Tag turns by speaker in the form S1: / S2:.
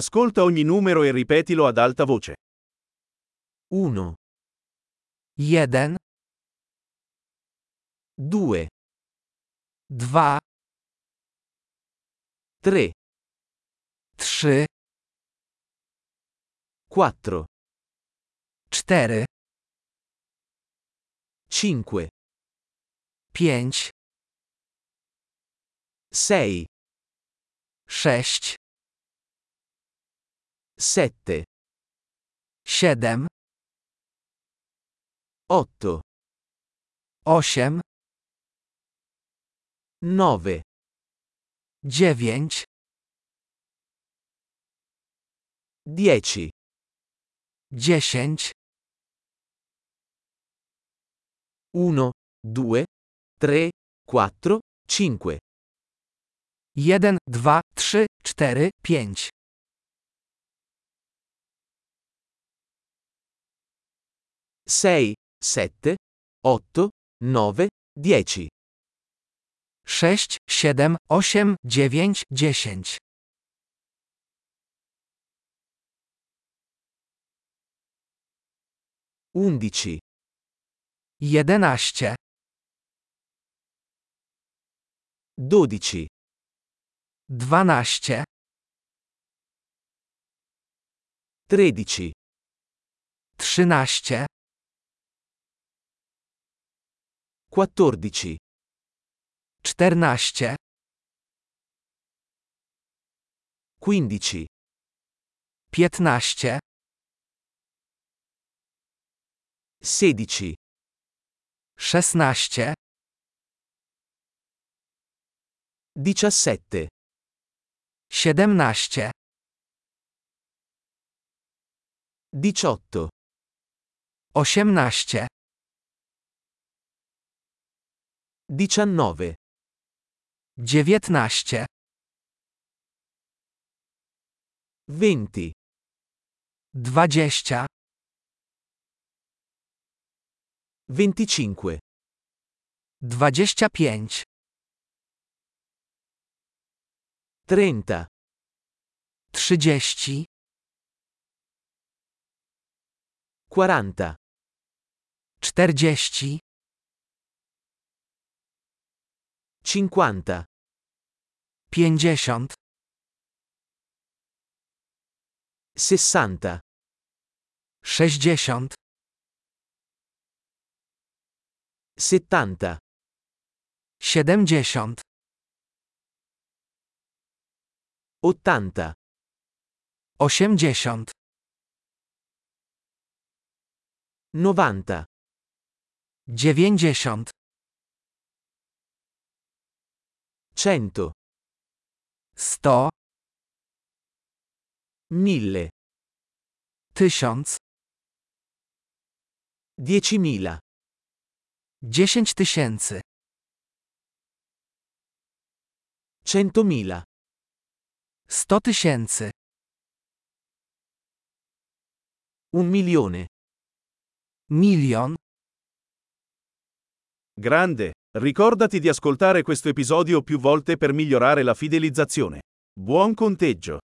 S1: Ascolta ogni numero e ripetilo ad alta voce.
S2: 1, 1,
S1: 2,
S2: 2,
S1: 3,
S2: 3,
S1: 4,
S2: 4,
S1: 5,
S2: 5,
S1: 6,
S2: 6,
S1: 7,
S2: 7,
S1: 8,
S2: 8,
S1: 9.
S2: 9,
S1: 10,
S2: 10,
S1: 1, 2, 3, 4, 5,
S2: 1, 2, 3, 4, 5,
S1: 6, 7, 8, 9, 10,
S2: 6, 7, 8, 9, 10,
S1: 11,
S2: 11,
S1: 12,
S2: 12,
S1: 13,
S2: 13,
S1: 14,
S2: 14,
S1: 15,
S2: 15,
S1: 16,
S2: 16,
S1: 17,
S2: 17,
S1: 18,
S2: 18,
S1: 19,
S2: 19,
S1: 20,
S2: 20,
S1: 25,
S2: 25,
S1: 30,
S2: 30,
S1: 40,
S2: 40,
S1: 50,
S2: 50,
S1: 60,
S2: 60,
S1: 70,
S2: 70,
S1: 80,
S2: 80,
S1: 90,
S2: 90,
S1: 100,
S2: 100,
S1: 1000,
S2: 1000,
S1: 10.000,
S2: 10 tysięcy,
S1: 100.000,
S2: 100 tysięcy,
S1: 1 milione.
S2: milion.
S1: Grande, ricordati di ascoltare questo episodio più volte per migliorare la fidelizzazione. Buon conteggio!